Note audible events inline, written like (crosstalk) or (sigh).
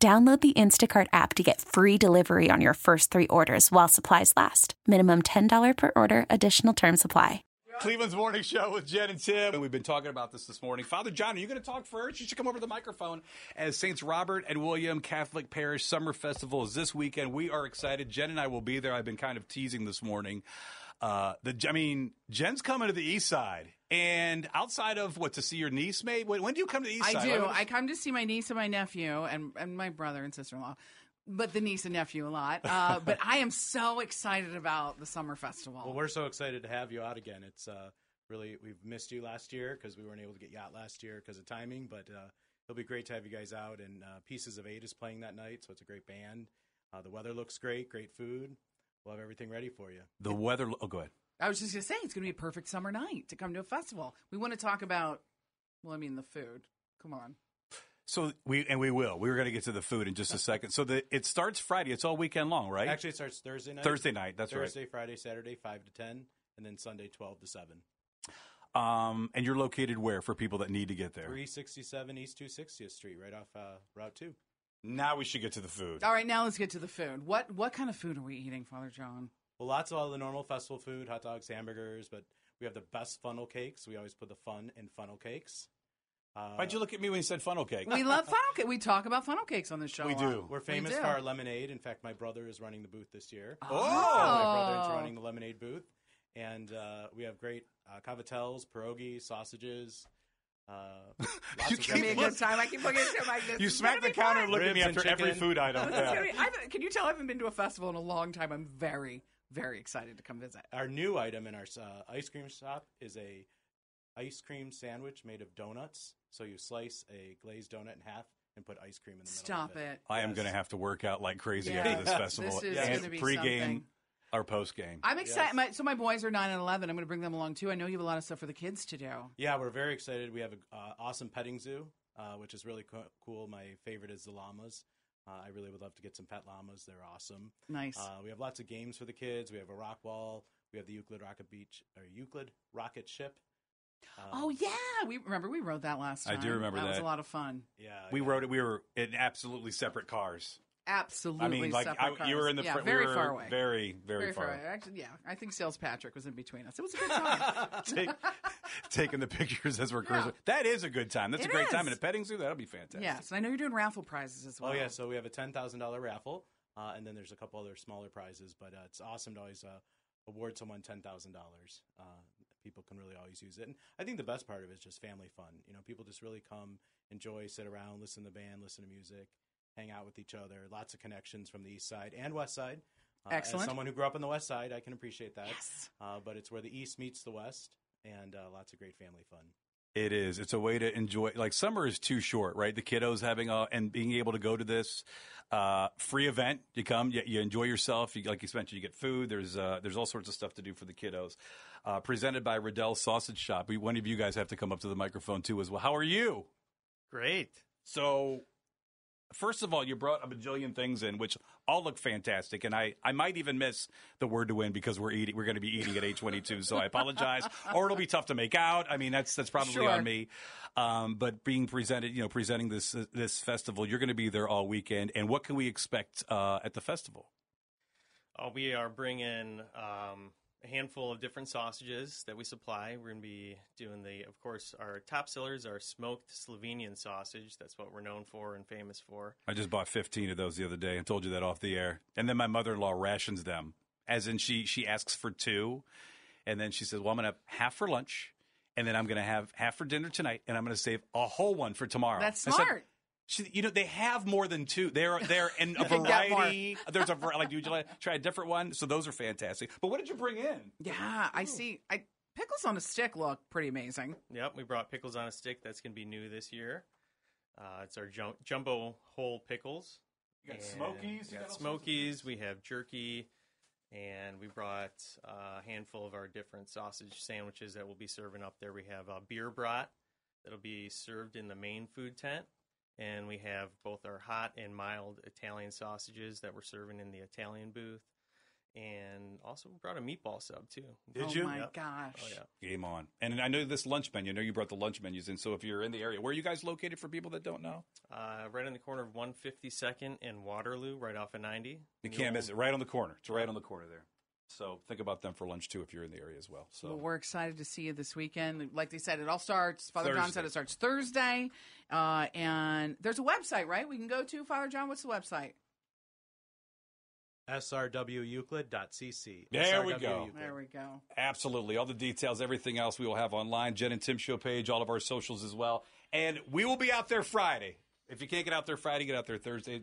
Download the Instacart app to get free delivery on your first three orders while supplies last. Minimum $10 per order, additional term supply. Cleveland's Morning Show with Jen and Tim. And we've been talking about this this morning. Father John, are you going to talk first? You should come over to the microphone as Saints Robert and William Catholic Parish Summer Festival is this weekend. We are excited. Jen and I will be there. I've been kind of teasing this morning. Uh, the I mean, Jen's coming to the east side. And outside of what, to see your niece, May? When, when do you come to the east I side? do. When- I come to see my niece and my nephew and, and my brother and sister in law, but the niece and nephew a lot. Uh, but I am so excited about the summer festival. Well, we're so excited to have you out again. It's uh, really we've missed you last year because we weren't able to get you out last year because of timing. But uh, it'll be great to have you guys out. And uh, Pieces of Eight is playing that night, so it's a great band. Uh, the weather looks great. Great food. We'll have everything ready for you. the weather. Oh, go ahead. I was just going to say, it's going to be a perfect summer night to come to a festival. We want to talk about, well, I mean, the food. Come on. So we and we will. We were going to get to the food in just a second. So the it starts Friday. It's all weekend long, right? Actually, it starts Thursday night. Thursday night. That's right. Thursday, Friday, Saturday, five to ten, and then Sunday, twelve to seven. Um, and you're located where for people that need to get there? Three sixty-seven East Two Sixtieth Street, right off uh, Route Two. Now we should get to the food. All right, now let's get to the food. What what kind of food are we eating, Father John? Well, lots of all the normal festival food, hot dogs, hamburgers, but we have the best funnel cakes. We always put the fun in funnel cakes. Uh, Why'd you look at me when (laughs) you said funnel cake? We love funnel cake. We talk about funnel cakes on the show. We a lot. do. We're famous do. for our lemonade. In fact, my brother is running the booth this year. Oh. my brother's running the lemonade booth, and uh, we have great uh, cavatelles, pierogies, sausages. Uh, (laughs) lots You of can't great look- (laughs) things. time. I keep looking at like this. you It's smacked the gonna be counter fun. and looked at me Ribs and after every chicken. food (laughs) item. That's Yeah. gonna be- I've- can you tell I haven't been to a festival in a long time? I'm very, very excited to come visit. Our new item in our uh, ice cream shop is a ice cream sandwich made of donuts. So you slice a glazed donut in half and put ice cream in the middle. Stop of it. it. I am Yes. going to have to work out like crazy Yeah. after this This festival is and gonna be pregame something. or postgame. I'm excited. Yes. My, so my boys are nine and eleven. I'm going to bring them along too. I know you have a lot of stuff for the kids to do. Yeah, we're very excited. We have an uh, awesome petting zoo, uh, which is really co- cool. My favorite is the llamas. Uh, I really would love to get some pet llamas. They're awesome. Nice. Uh, we have lots of games for the kids. We have a rock wall. We have the Euclid Rocket Beach or Euclid Rocket Ship. Uh, oh yeah, we remember we rode that last I time. do remember was that. a lot of fun. yeah. we yeah. rode it. We were in absolutely separate cars. Absolutely. I mean, like separate I, cars. you were in the yeah, fr- we very were far away. very very, Very far. far away. Actually, yeah, I think Sales Patrick was in between us. It was a good time. (laughs) Take, (laughs) taking the pictures as we're cruising. That is a good time. That's It a great time in is. a petting zoo. That'll be fantastic. (laughs) yes, and I know you're doing raffle prizes as well. Oh yeah. So we have a ten thousand dollar raffle, uh, and then there's a couple other smaller prizes. But uh, it's awesome to always uh, award someone ten thousand dollars. uh, People can really always use it, and I think the best part of it is just family fun. You know, people just really come, enjoy, sit around, listen to the band, listen to music, hang out with each other. Lots of connections from the east side and west side. Uh, Excellent. As someone who grew up on the west side, I can appreciate that. Yes. Uh, but it's where the east meets the west, and uh, lots of great family fun. It is. It's a way to enjoy. Like summer is too short, right? The kiddos having a and being able to go to this uh, free event. You come, you, you enjoy yourself. You, like you mentioned, you get food. There's uh, there's all sorts of stuff to do for the kiddos. Uh, presented by Riddell Sausage Shop. We, one of you guys have to come up to the microphone too as well. How are you? Great. So, first of all, you brought a bajillion things in, which all look fantastic, and I, I might even miss the word to win because we're eating we're going to be eating at eight twenty two. So I apologize, or it'll be tough to make out. I mean, that's that's probably Sure. on me. Um, but being presented, you know, presenting this this festival, you're going to be there all weekend. And what can we expect uh, at the festival? Uh, we are bringing um, a handful of different sausages that we supply. We're going to be doing the, of course, our top sellers are smoked Slovenian sausage. That's what we're known for and famous for. I just bought fifteen of those the other day. I told you that off the air, and then my mother in law rations them, as in she she asks for two, and then she says, "Well, I'm going to have half for lunch, and then I'm going to have half for dinner tonight, and I'm going to save a whole one for tomorrow." That's I said- smart. she, you know, they have more than two. They're they're in (laughs) a can get more. variety. There's a var- like, would you like to try a different one? So those are fantastic. But what did you bring in? Yeah, I see. I pickles on a stick look pretty amazing. Yep, we brought pickles on a stick. That's going to be new this year. Uh, it's our jum- jumbo whole pickles. You got And Smokies. We You got got all sorts of Smokies. things. We have jerky, and we brought uh, a handful of our different sausage sandwiches that we'll be serving up there. We have a beer brat that'll be served in the main food tent, and we have both our hot and mild Italian sausages that we're serving in the Italian booth, and also we brought a meatball sub too. Did oh you? my Yep. gosh. Oh yeah. Game on. And I know this lunch menu. I know you brought the lunch menus in. So if you're in the area, where are you guys located for people that don't know? Uh, right on the corner of 152nd and Waterloo, right off of 90. You The can't old- miss it. Right on the corner. It's right on the corner there. So think about them for lunch too if you're in the area as well. So Well, we're excited to see you this weekend. Like they said, it all starts. Father John said Thursday. it starts Thursday, uh, and there's a website, right? We can go to Father John. What's the website? srweuclid.cc. There we SRW go. Euclid. There we go. Absolutely. All the details, everything else we will have online. Jen and Tim Show page, all of our socials as well. And we will be out there Friday. If you can't get out there Friday, get out there Thursday,